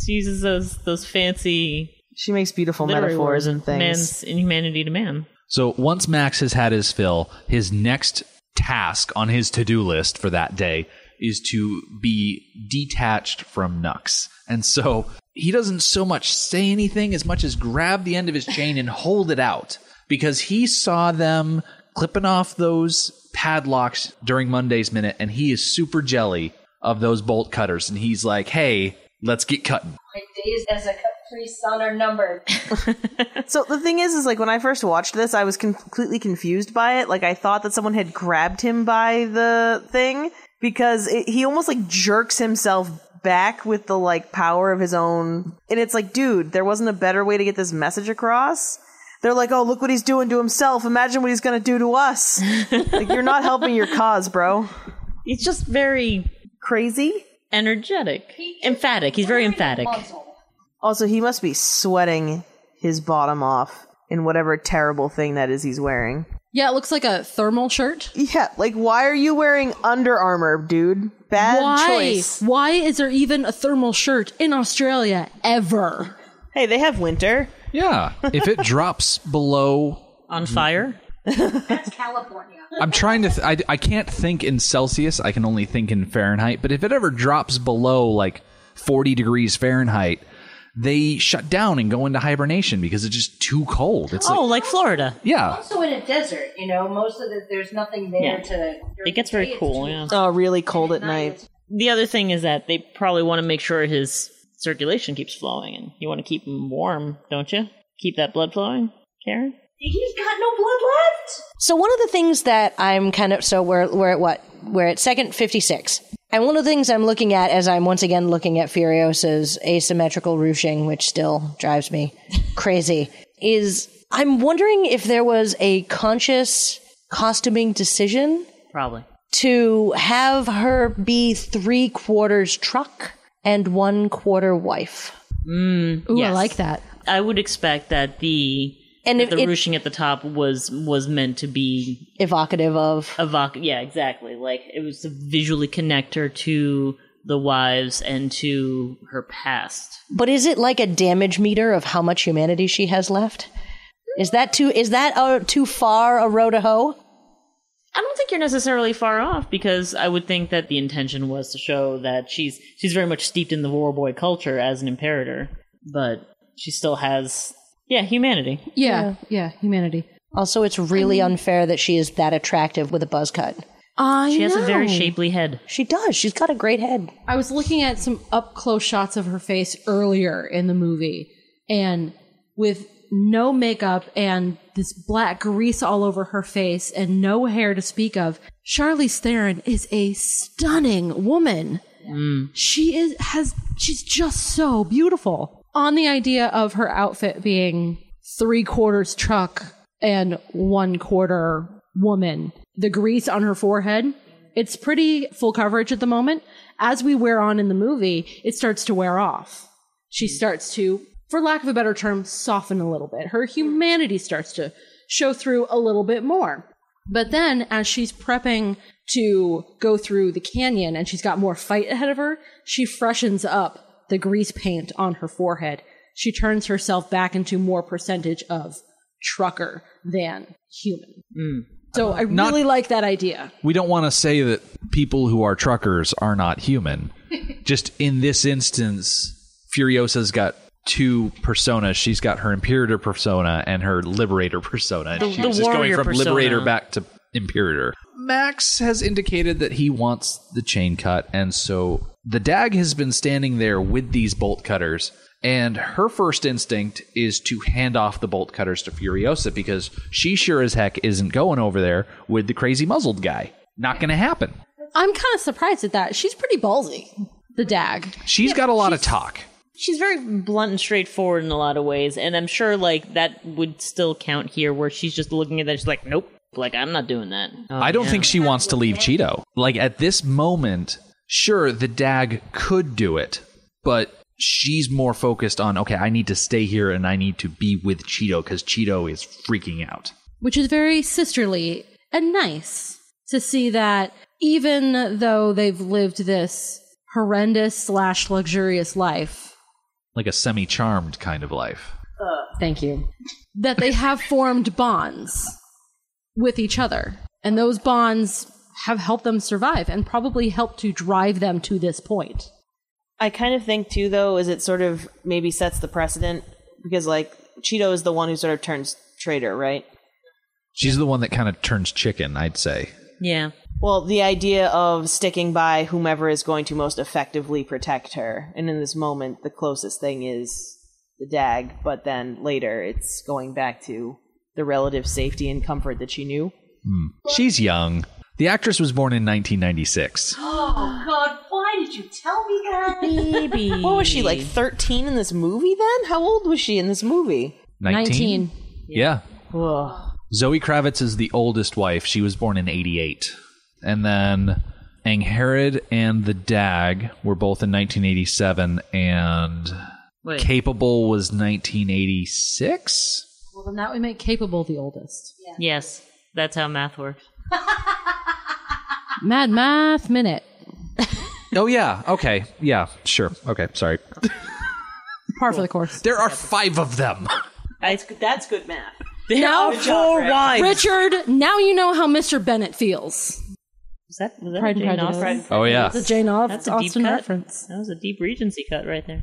Speaker 3: She uses those those fancy
Speaker 5: She makes beautiful
Speaker 3: literary
Speaker 5: metaphors
Speaker 3: words
Speaker 5: and things.
Speaker 3: Man's inhumanity to man.
Speaker 2: So once Max has had his fill, his next task on his to do list for that day is to be detached from Nux. And so he doesn't so much say anything as much as grab the end of his chain and hold it out because he saw them clipping off those padlocks during Monday's minute and he is super jelly of those bolt cutters. And he's like, hey, let's get cutting.
Speaker 4: My days as a Capri Sun are numbered.
Speaker 5: So the thing is, is like when I first watched this, I was con- completely confused by it. Like I thought that someone had grabbed him by the thing because it, he almost like jerks himself back with the like power of his own. And it's like, dude, there wasn't a better way to get this message across. They're like, oh, look what he's doing to himself. Imagine what he's going to do to us. like, you're not helping your cause, bro.
Speaker 3: He's just very
Speaker 5: Crazy.
Speaker 3: energetic, emphatic. He's very emphatic.
Speaker 4: Puzzle.
Speaker 5: Also, he must be sweating his bottom off in whatever terrible thing that is he's wearing.
Speaker 6: Yeah, it looks like a thermal shirt.
Speaker 5: Yeah, like why are you wearing Under Armour, dude? Bad
Speaker 6: Why?
Speaker 5: choice.
Speaker 6: Why is there even a thermal shirt in Australia ever?
Speaker 5: Hey, they have winter.
Speaker 2: Yeah. if it drops below
Speaker 3: On fire.
Speaker 4: That's California.
Speaker 2: I'm trying to. Th- I, I can't think in Celsius. I can only think in Fahrenheit. But if it ever drops below like 40 degrees Fahrenheit, they shut down and go into hibernation because it's just too cold. It's
Speaker 3: Oh,
Speaker 2: like,
Speaker 3: like Florida.
Speaker 2: yeah.
Speaker 4: Also in a desert, you know, most of the there's nothing there
Speaker 3: Yeah.
Speaker 4: to.
Speaker 3: It gets very cool. Yeah.
Speaker 5: Oh, really cold at night.
Speaker 3: the other thing is that they probably want to make sure his circulation keeps flowing and you want to keep him warm, don't you? Keep that blood flowing, Karen?
Speaker 4: He's got no blood left.
Speaker 7: So one of the things that I'm kind of so we're we're at what we're at second fifty six, and one of the things I'm looking at as I'm once again looking at Furiosa's asymmetrical ruching, which still drives me crazy, is I'm wondering if there was a conscious costuming decision
Speaker 3: Probably.
Speaker 7: to have her be three quarters truck and one quarter wife.
Speaker 6: Ooh, I
Speaker 3: Mm, Yes.
Speaker 6: like that.
Speaker 3: I would expect that the
Speaker 7: And if
Speaker 3: the
Speaker 7: it-
Speaker 3: ruching at the top was was meant to be
Speaker 7: Evocative of
Speaker 3: evocative. Yeah, exactly. Like it was to visually connect her to the wives and to her past.
Speaker 7: But is it like a damage meter of how much humanity she has left? Is that too is that uh, too far a road to hoe?
Speaker 3: I don't think you're necessarily far off because I would think that the intention was to show that she's she's very much steeped in the war boy culture as an imperator, but she still has yeah humanity.
Speaker 6: Yeah, yeah, humanity.
Speaker 7: Also, it's really unfair that she is that attractive with a buzz cut.
Speaker 6: I
Speaker 3: She has a very
Speaker 6: know.
Speaker 3: shapely head.
Speaker 7: She does. She's got a great head.
Speaker 6: I was looking at some up close shots of her face earlier in the movie, and with no makeup and this black grease all over her face and no hair to speak of, Charlize Theron is a stunning woman. She is has she's just so beautiful. On the idea of her outfit being three quarters truck and one quarter woman, the grease on her forehead, it's pretty full coverage at the moment. As we wear on in the movie, it starts to wear off. She starts to, for lack of a better term, soften a little bit. Her humanity starts to show through a little bit more. But then, as she's prepping to go through the canyon and she's got more fight ahead of her, she freshens up the grease paint on her forehead. She turns herself back into more percentage of trucker than human. So I
Speaker 2: Not-
Speaker 6: really like that idea.
Speaker 2: we don't want to say that people who are truckers are not human. Just in this instance, Furiosa's got two personas. She's got her Imperator persona and her Liberator persona. And she
Speaker 3: the
Speaker 2: was just going
Speaker 3: warrior
Speaker 2: from
Speaker 3: persona.
Speaker 2: Liberator back to Imperator. Max has indicated that he wants the chain cut, and so the Dag has been standing there with these bolt cutters. And her first instinct is to hand off the bolt cutters to Furiosa because she sure as heck isn't going over there with the crazy muzzled guy. Not going to happen.
Speaker 6: I'm kind of surprised at that. She's pretty ballsy, the dag.
Speaker 2: She's got a lot of talk.
Speaker 3: She's very blunt and straightforward in a lot of ways, and I'm sure like that would still count here, where she's just looking at that. She's like, nope, like I'm not doing that.
Speaker 2: I don't think she wants to leave Cheeto. Like at this moment, sure, the Dag could do it, but she's more focused on okay, I need to stay here and I need to be with Cheeto because Cheeto is freaking out.
Speaker 6: which is very sisterly and nice to see that even though they've lived this horrendous slash luxurious life,
Speaker 2: Like a semi charmed kind of life.
Speaker 7: Thank you.
Speaker 6: that they have formed bonds with each other. And those bonds have helped them survive and probably helped to drive them to this point.
Speaker 5: I kind of think too, though, is it sort of maybe sets the precedent because like Cheeto is the one who sort of turns traitor, right?
Speaker 2: She's the one that kind of turns chicken, I'd say.
Speaker 3: Yeah,
Speaker 5: Well, the idea of sticking by whomever is going to most effectively protect her, and in this moment, the closest thing is the dag, but then later it's going back to the relative safety and comfort that she knew.
Speaker 2: She's young. The actress was born in 1996.
Speaker 4: Oh God, why did you tell me that?
Speaker 3: maybe.
Speaker 5: What was she like, thirteen in this movie? Then how old was she in this movie?
Speaker 2: 19?
Speaker 6: 19.
Speaker 2: Yeah.
Speaker 5: Ugh.
Speaker 2: Zoe Kravitz is the oldest wife. She was born in 88. And then Angherad and the Dag were both in 1987, and
Speaker 3: Wait.
Speaker 2: Capable was 1986?
Speaker 6: Well, then that would make Capable the oldest.
Speaker 3: yes, that's how math works.
Speaker 6: Mad Math Minute.
Speaker 2: Oh, yeah. Okay. Yeah, sure. Okay. Sorry.
Speaker 6: Par for the course.
Speaker 2: There are five of them.
Speaker 5: That's that's good math.
Speaker 6: Now,
Speaker 5: Four wives.
Speaker 6: Richard, now you know how Mr. Bennett feels.
Speaker 3: Was that, was
Speaker 6: Pride
Speaker 3: that Pride
Speaker 6: and
Speaker 3: Jane
Speaker 6: Prejudice.
Speaker 3: Austen?
Speaker 2: Oh, yeah.
Speaker 6: It's a Jane Au-
Speaker 3: That's a deep
Speaker 6: Austen
Speaker 3: cut.
Speaker 6: reference.
Speaker 3: That was a deep Regency cut right there.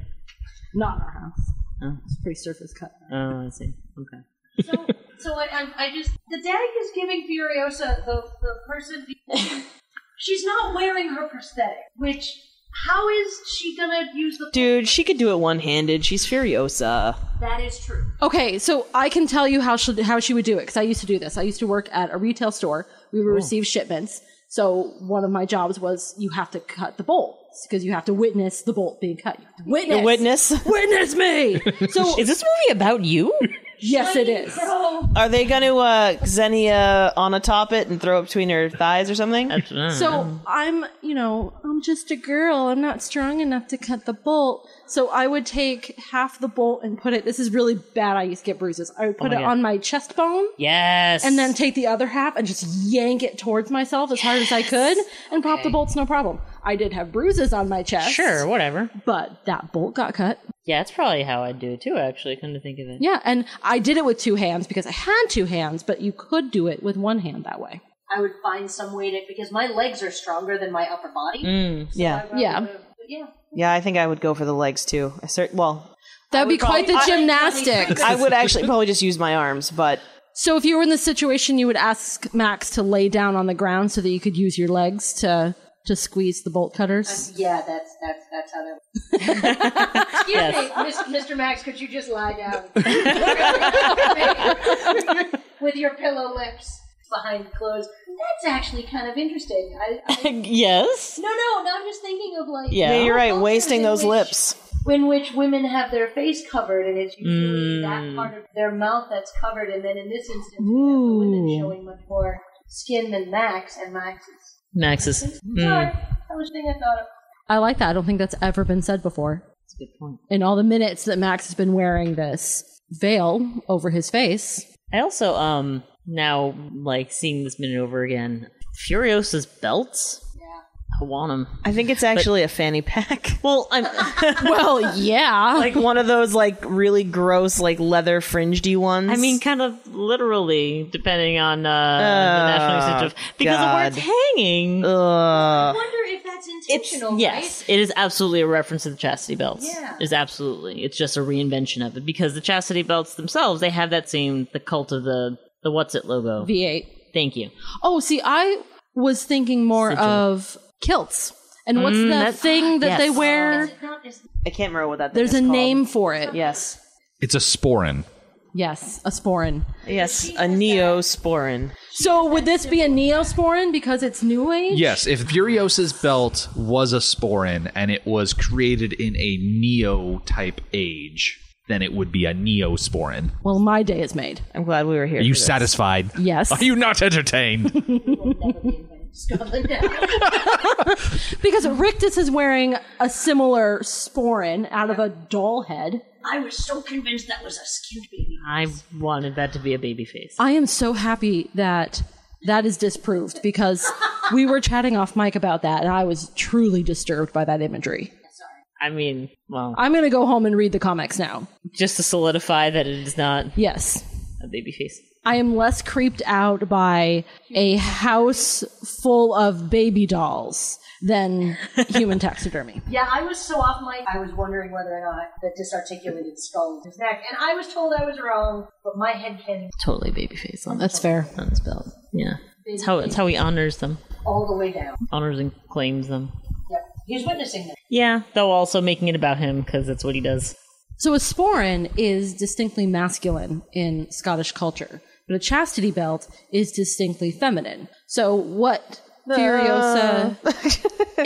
Speaker 6: Not in our house.
Speaker 3: Oh.
Speaker 6: It's pretty surface cut.
Speaker 3: Oh, I see. Okay.
Speaker 4: so, so I, I, I just the dag is giving Furiosa the the person. She's not wearing her prosthetic, which how is she gonna use the?
Speaker 5: Dude, she could do it one handed. She's Furiosa.
Speaker 4: That is true.
Speaker 6: Okay, so I can tell you how she how she would do it because I used to do this. I used to work at a retail store. We would receive shipments. So one of my jobs was you have to cut the bolts because you have to witness the bolt being cut. You have to Witness,
Speaker 5: The witness.
Speaker 6: witness me. So
Speaker 3: Is this movie about you?
Speaker 6: yes, it is.
Speaker 5: Are they going to uh, Xenia on a top it and throw it between her thighs or something?
Speaker 6: So I'm, you know, I'm just a girl. I'm not strong enough to cut the bolt. So I would take half the bolt and put it. This is really bad. I used to get bruises. I would put it on my chest bone.
Speaker 3: yes.
Speaker 6: and then take the other half and just yank it towards myself as hard as I could and pop the bolts no problem. I did have bruises on my chest.
Speaker 3: sure, whatever.
Speaker 6: But that bolt got cut.
Speaker 3: Yeah, that's probably how I'd do it too. Actually, come to think of it.
Speaker 6: Yeah, and I did it with two hands because I had two hands, but you could do it with one hand that way.
Speaker 4: I would find some way to because my legs are stronger than my upper body.
Speaker 5: yeah.
Speaker 6: Yeah.
Speaker 4: But yeah,
Speaker 5: Yeah, I think I would go for the legs too. I cert- well,
Speaker 6: That would be quite the gymnastics.
Speaker 5: I would actually probably just use my arms, but
Speaker 6: So if you were in this situation, you would ask Max to lay down on the ground so that you could use your legs to to squeeze the bolt cutters.
Speaker 4: yeah, that's that's that's how that. Excuse me, Mis- Mr. Max, could you just lie down with your pillow lips behind closed? That's actually kind of interesting. I, I
Speaker 3: yes.
Speaker 4: no, no, no. I'm just thinking of like
Speaker 3: Yeah.
Speaker 5: yeah, you're right.
Speaker 4: cultures
Speaker 5: Wasting
Speaker 4: in
Speaker 5: those
Speaker 4: which-
Speaker 5: lips.
Speaker 4: in which women have their face covered, and it's
Speaker 3: Mm.
Speaker 4: usually that part of their mouth that's covered. And then in this instance, we have the women showing much more skin than Max, and Max is.
Speaker 3: Max is.
Speaker 4: Sorry, that was the thing I thought of.
Speaker 6: I like that. I don't think that's ever been said before.
Speaker 3: That's a good point.
Speaker 6: In all the minutes that Max has been wearing this veil over his face,
Speaker 3: I also um now like seeing this minute over again. Furiosa's belts. Yeah. I want them.
Speaker 5: I think it's actually a fanny pack.
Speaker 3: Well, I'm
Speaker 6: well, yeah,
Speaker 5: like one of those like really gross like leather fringy ones.
Speaker 3: I mean, kind of literally, depending on uh, the national usage of because of where it's
Speaker 5: God.
Speaker 3: hanging.
Speaker 4: I wonder if that's intentional.
Speaker 3: Uh, Yes, it is absolutely a reference to the chastity belts.
Speaker 4: Yeah.
Speaker 3: is absolutely. It's just a reinvention of it because the chastity belts themselves they have that same the cult of the the what's it logo.
Speaker 6: V8.
Speaker 3: Thank you.
Speaker 6: Oh, see, I was thinking more of kilts. And what's the
Speaker 3: Mm, that's-
Speaker 6: thing that they
Speaker 3: yes.
Speaker 6: wear?
Speaker 4: Right? Not as-
Speaker 5: I can't remember what that.
Speaker 6: There's
Speaker 5: thing
Speaker 6: a
Speaker 5: is called.
Speaker 6: name for it.
Speaker 5: Yes.
Speaker 2: It's a sporin.
Speaker 6: Yes, a sporin.
Speaker 5: Yes, a neosporin.
Speaker 6: So would this be a neosporin because it's new age?
Speaker 2: Yes, if Furiosa's belt was a sporin and it was created in a neo type age, then it would be a neosporin.
Speaker 6: Well, my day is made.
Speaker 5: I'm glad we were here.
Speaker 2: Are you
Speaker 5: for this.
Speaker 2: satisfied?
Speaker 6: Yes.
Speaker 2: Are you not entertained?
Speaker 6: Because Rictus is wearing a similar sporin out of a doll head.
Speaker 4: I was so convinced that was a skinned baby.
Speaker 3: I wanted that to be a baby face.
Speaker 6: I am so happy that that is disproved because we were chatting off mic about that and I was truly disturbed by that imagery.
Speaker 3: I mean, well,
Speaker 6: I'm going to go home and read the comics now.
Speaker 3: just to solidify that it is not
Speaker 6: Yes.
Speaker 3: a baby face.
Speaker 6: I am less creeped out by a house full of baby dolls than human taxidermy.
Speaker 4: Yeah, I was so off my. I was wondering whether or not the disarticulated skull was his neck, and I was told I was wrong. But my head can
Speaker 3: Totally baby face on
Speaker 6: That's fair.
Speaker 3: on his belt. Yeah, it's how it's how he honors them,
Speaker 4: all the way down.
Speaker 3: honors and claims them.
Speaker 4: Yep, he's witnessing that.
Speaker 3: Yeah, though also making it about him because that's what he does.
Speaker 6: So a sporan is distinctly masculine in Scottish culture, but a chastity belt is distinctly feminine. So what Furiosa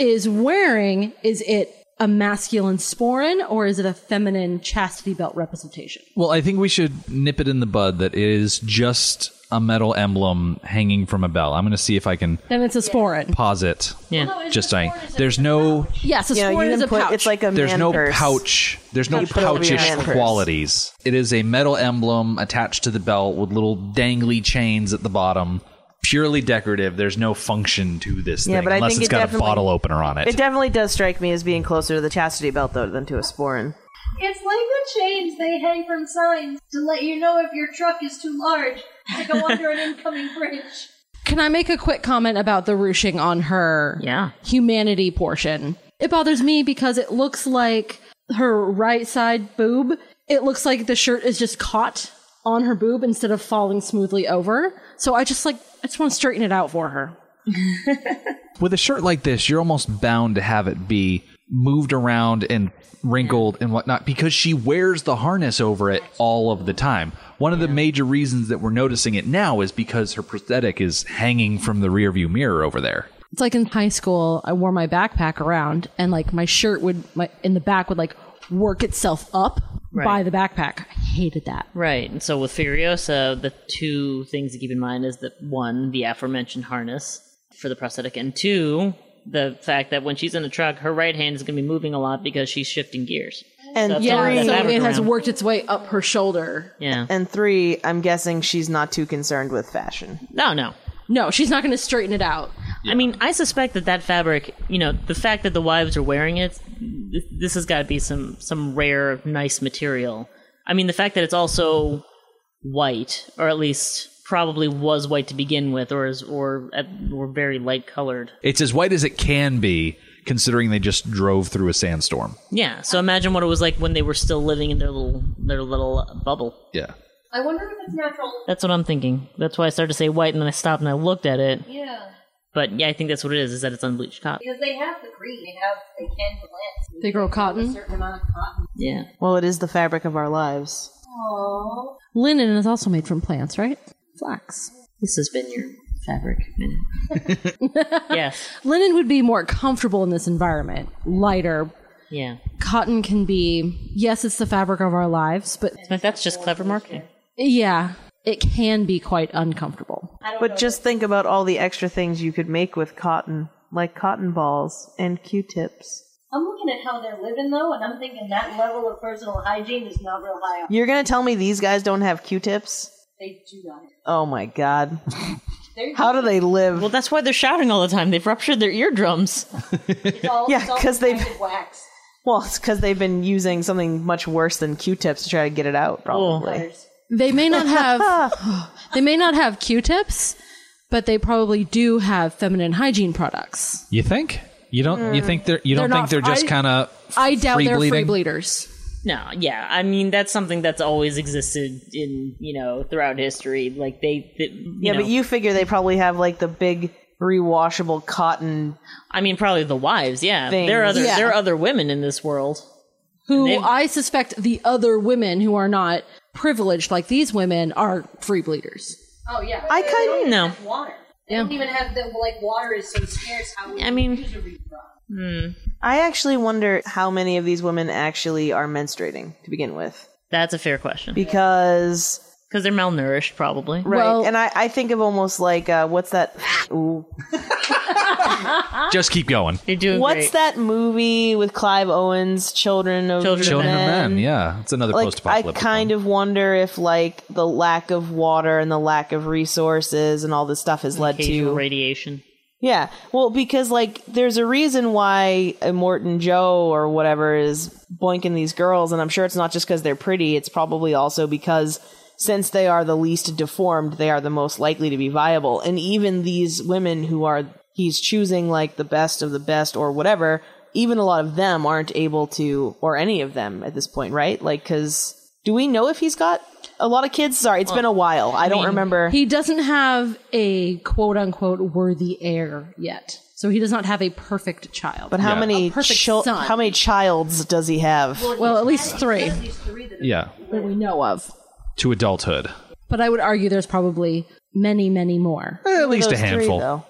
Speaker 6: is wearing is it a masculine sporan or is it a feminine chastity belt representation?
Speaker 2: well, I think we should nip it in the bud that it is just a metal emblem hanging from a bell. I'm going to see if I can
Speaker 6: Then it's a sporan.
Speaker 2: pause it.
Speaker 3: Yeah,
Speaker 2: Just saying. There's no
Speaker 6: Yes, a
Speaker 5: You know, you
Speaker 6: sporan
Speaker 5: can
Speaker 6: is a
Speaker 5: put-
Speaker 6: pouch.
Speaker 5: It's like a
Speaker 2: there's
Speaker 5: man
Speaker 2: no
Speaker 5: purse.
Speaker 2: pouch. There's no
Speaker 5: put over your
Speaker 2: pouchish
Speaker 5: man purse.
Speaker 2: qualities. It is a metal emblem attached to the belt with little dangly chains at the bottom. Purely decorative. There's no function to this
Speaker 5: Yeah,
Speaker 2: thing
Speaker 5: but I
Speaker 2: unless
Speaker 5: think
Speaker 2: it's
Speaker 5: it
Speaker 2: got a
Speaker 5: definitely-
Speaker 2: bottle opener on it.
Speaker 5: It definitely does strike me as being closer to the chastity belt though than to a sporin.
Speaker 4: It's like the chains they hang from signs to let you know if your truck is too large to go under an incoming bridge.
Speaker 6: Can I make a quick comment about the ruching on her
Speaker 3: Yeah.
Speaker 6: humanity portion? It bothers me because it looks like her right side boob, it looks like the shirt is just caught on her boob instead of falling smoothly over. So I just like I just want to straighten it out for her.
Speaker 2: With a shirt like this, you're almost bound to have it be moved around and wrinkled and whatnot because she wears the harness over it all of the time. One of the major reasons that we're noticing it now is because her prosthetic is hanging from the rearview mirror over there.
Speaker 6: It's like in high school, I wore my backpack around and like my shirt would my in the back would like work itself up by the backpack. I hated that.
Speaker 3: Right. And so with Furiosa, the two things to keep in mind is that one, the aforementioned harness for the prosthetic, and two, the fact that when she's in a truck, her right hand is going to be moving a lot because she's shifting gears.
Speaker 5: And
Speaker 3: That's
Speaker 6: Yeah,
Speaker 3: all
Speaker 5: three
Speaker 3: that
Speaker 6: so
Speaker 3: matters
Speaker 6: it has
Speaker 3: around.
Speaker 6: worked its way up her shoulder.
Speaker 3: Yeah.
Speaker 5: and three, I'm guessing she's not too concerned with fashion.
Speaker 3: No, no.
Speaker 6: No, she's not going to straighten it out.
Speaker 3: I mean, I suspect that that fabric, you know, the fact that the wives are wearing it, th- this has got to be some some rare, nice material. I mean, the fact that it's also white, or at least probably was white to begin with, or is or at- or very light colored.
Speaker 2: It's as white as it can be, considering they just drove through a sandstorm.
Speaker 3: Yeah. So imagine what it was like when they were still living in their little their little uh, bubble.
Speaker 2: Yeah.
Speaker 4: I wonder if it's natural.
Speaker 3: That's what I'm thinking. That's why I started to say white, and then I stopped and I looked at it.
Speaker 4: Yeah,
Speaker 3: But yeah, I think that's what it is. Is that it's unbleached cotton.
Speaker 4: because they have the green. They have they can glance.
Speaker 6: They grow
Speaker 4: A
Speaker 6: cotton.
Speaker 4: certain amount of cotton.
Speaker 3: Yeah.
Speaker 5: Well, it is the fabric of our lives.
Speaker 4: Oh,
Speaker 6: Linen is also made from plants, right? Flax.
Speaker 3: This has been your fabric. yes.
Speaker 6: Linen would be more comfortable in this environment, lighter.
Speaker 3: Yeah.
Speaker 6: Cotton can be, yes, it's the fabric of our lives, but
Speaker 3: But that's just clever marketing.
Speaker 6: yeah, it can be quite uncomfortable.
Speaker 5: But just think about all the extra things you could make with cotton, like cotton balls and Q-tips.
Speaker 4: I'm looking at how they're living though, and I'm thinking that level of personal hygiene is not real high. on-
Speaker 5: You're gonna tell me these guys don't have Q-tips?
Speaker 4: They do not.
Speaker 5: Oh my god. How do they live?
Speaker 3: Well, that's why they're shouting all the time. They've ruptured their eardrums.
Speaker 4: It's all,
Speaker 5: Yeah,
Speaker 4: it's all
Speaker 5: 'cause they've-
Speaker 4: kind of wax.
Speaker 5: Well, it's because they've been using something much worse than Q-tips to try to get it out, probably.
Speaker 6: They may not have they may not have Q-tips, but they probably do have feminine hygiene products.
Speaker 2: You think? You don't? You think they're?
Speaker 5: Hmm.
Speaker 2: You don't
Speaker 6: They're
Speaker 2: think
Speaker 6: not-
Speaker 2: they're just
Speaker 6: I-
Speaker 2: kind of?
Speaker 6: I doubt
Speaker 2: Free
Speaker 6: they're
Speaker 2: bleeding?
Speaker 6: free bleeders.
Speaker 3: No, yeah. I mean, that's something that's always existed in, you know, throughout history. Like, they, they you
Speaker 5: Yeah,
Speaker 3: know,
Speaker 5: but you figure they probably have like the big rewashable cotton.
Speaker 3: I mean, probably the wives, yeah.
Speaker 5: Things.
Speaker 3: There are other
Speaker 6: Yeah.
Speaker 3: there are other women in this world.
Speaker 6: Who
Speaker 3: They-
Speaker 6: I suspect the other women who are not privileged like these women are free bleeders.
Speaker 4: Oh yeah.
Speaker 5: I kind
Speaker 3: No.
Speaker 4: water. They
Speaker 6: Yeah.
Speaker 4: don't even have the like water is so scarce. How would
Speaker 3: I
Speaker 4: you
Speaker 3: mean-
Speaker 4: use a reed rod?
Speaker 5: I actually wonder how many of these women actually are menstruating to begin with,
Speaker 3: That's a fair question.
Speaker 5: because
Speaker 3: Because they're malnourished, probably.
Speaker 5: right,
Speaker 6: Well-
Speaker 5: and I, I think of almost like uh, what's that? Ooh,
Speaker 2: Just keep going.
Speaker 3: You're doing
Speaker 5: what's
Speaker 3: great.
Speaker 5: that movie with Clive Owens, Children of
Speaker 3: Children of
Speaker 2: Children
Speaker 5: Men?
Speaker 2: of men. Yeah, it's another
Speaker 5: Like I
Speaker 2: post-apocalyptic.
Speaker 5: kind of wonder if like the lack of water and the lack of resources and all this stuff has led
Speaker 3: Occasional
Speaker 5: to
Speaker 3: radiation.
Speaker 5: Yeah. Well, because like there's a reason why a Morton Joe or whatever is boinking these girls, and I'm sure it's not just because they're pretty. It's probably also because since they are the least deformed, they are the most likely to be viable. And even these women who are he's choosing like the best of the best or whatever, even a lot of them aren't able to, or any of them at this point, right? Like, because do we know if he's got a lot of kids? Sorry, it's been a while. I don't remember.
Speaker 6: He doesn't have a quote unquote worthy heir yet. So he does not have a perfect child.
Speaker 5: but how
Speaker 2: Yeah.
Speaker 5: many
Speaker 6: A perfect
Speaker 5: chil-
Speaker 6: son.
Speaker 5: how many childs does he have?
Speaker 6: well, at least three
Speaker 4: These three that are
Speaker 2: yeah,
Speaker 6: that we know of.
Speaker 2: to adulthood.
Speaker 6: But I would argue there's probably many, many more.
Speaker 2: Eh, At least a
Speaker 5: Those three,
Speaker 2: handful.
Speaker 5: though.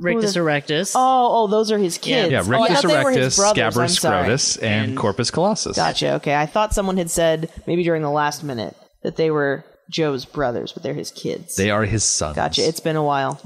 Speaker 3: Rictus erectus.
Speaker 5: Oh, oh, those are his kids.
Speaker 2: yeah,
Speaker 5: Oh, I
Speaker 2: rectus
Speaker 5: thought they were his
Speaker 2: erectus,
Speaker 5: brothers, I'm
Speaker 2: scabrous
Speaker 5: sorry.
Speaker 2: scrotus, and, corpus callosum.
Speaker 5: Gotcha. Okay, I thought someone had said maybe during the last minute that they were Joe's brothers, but they're his kids.
Speaker 2: They are his sons.
Speaker 5: gotcha. It's been a while.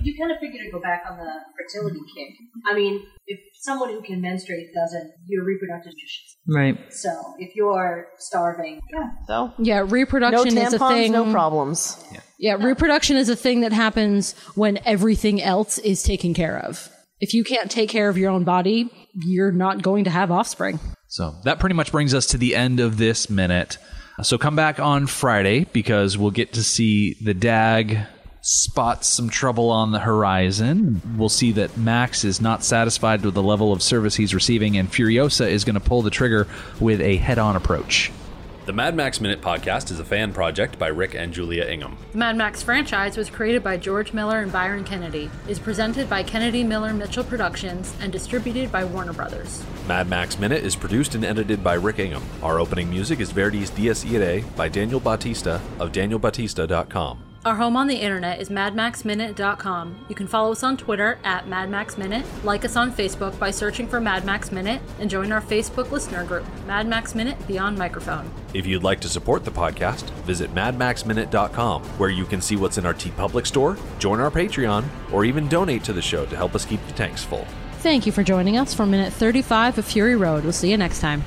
Speaker 4: You kind of figure to go back on the fertility kick. I mean, if someone who can menstruate doesn't, your reproductive issues.
Speaker 3: right.
Speaker 4: So if you're starving, yeah,
Speaker 5: So
Speaker 6: Yeah,
Speaker 5: no
Speaker 6: reproduction is a
Speaker 5: tampons,
Speaker 6: thing.
Speaker 5: no problems.
Speaker 6: Yeah, reproduction is a thing that happens when everything else is taken care of. If you can't take care of your own body, you're not going to have offspring.
Speaker 2: So that pretty much brings us to the end of this minute. Uh, So come back on Friday because we'll get to see the DAG spot some trouble on the horizon. We'll see that Max is not satisfied with the level of service he's receiving, and Furiosa is going to pull the trigger with a head on approach.
Speaker 8: The Mad Max Minute podcast is a fan project by Rick and Julia Ingham.
Speaker 9: The Mad Max franchise was created by George Miller and Byron Kennedy, is presented by Kennedy Miller Mitchell Productions, and distributed by Warner Brothers.
Speaker 8: Mad Max Minute is produced and edited by Rick Ingham. Our opening music is Verdi's Dies Irae by Daniel Bautista of danielbautista.com.
Speaker 9: Our home on the internet is madmaxminute.com. You can follow us on Twitter at madmaxminute, like us on Facebook by searching for Mad Max Minute, and join our Facebook listener group, Mad Max Minute Beyond Microphone.
Speaker 8: If you'd like to support the podcast, visit madmaxminute.com, where you can see what's in our T Public store, join our Patreon, or even donate to the show to help us keep the tanks full.
Speaker 6: Thank you for joining us for minute 35 of Fury Road. We'll see you next time.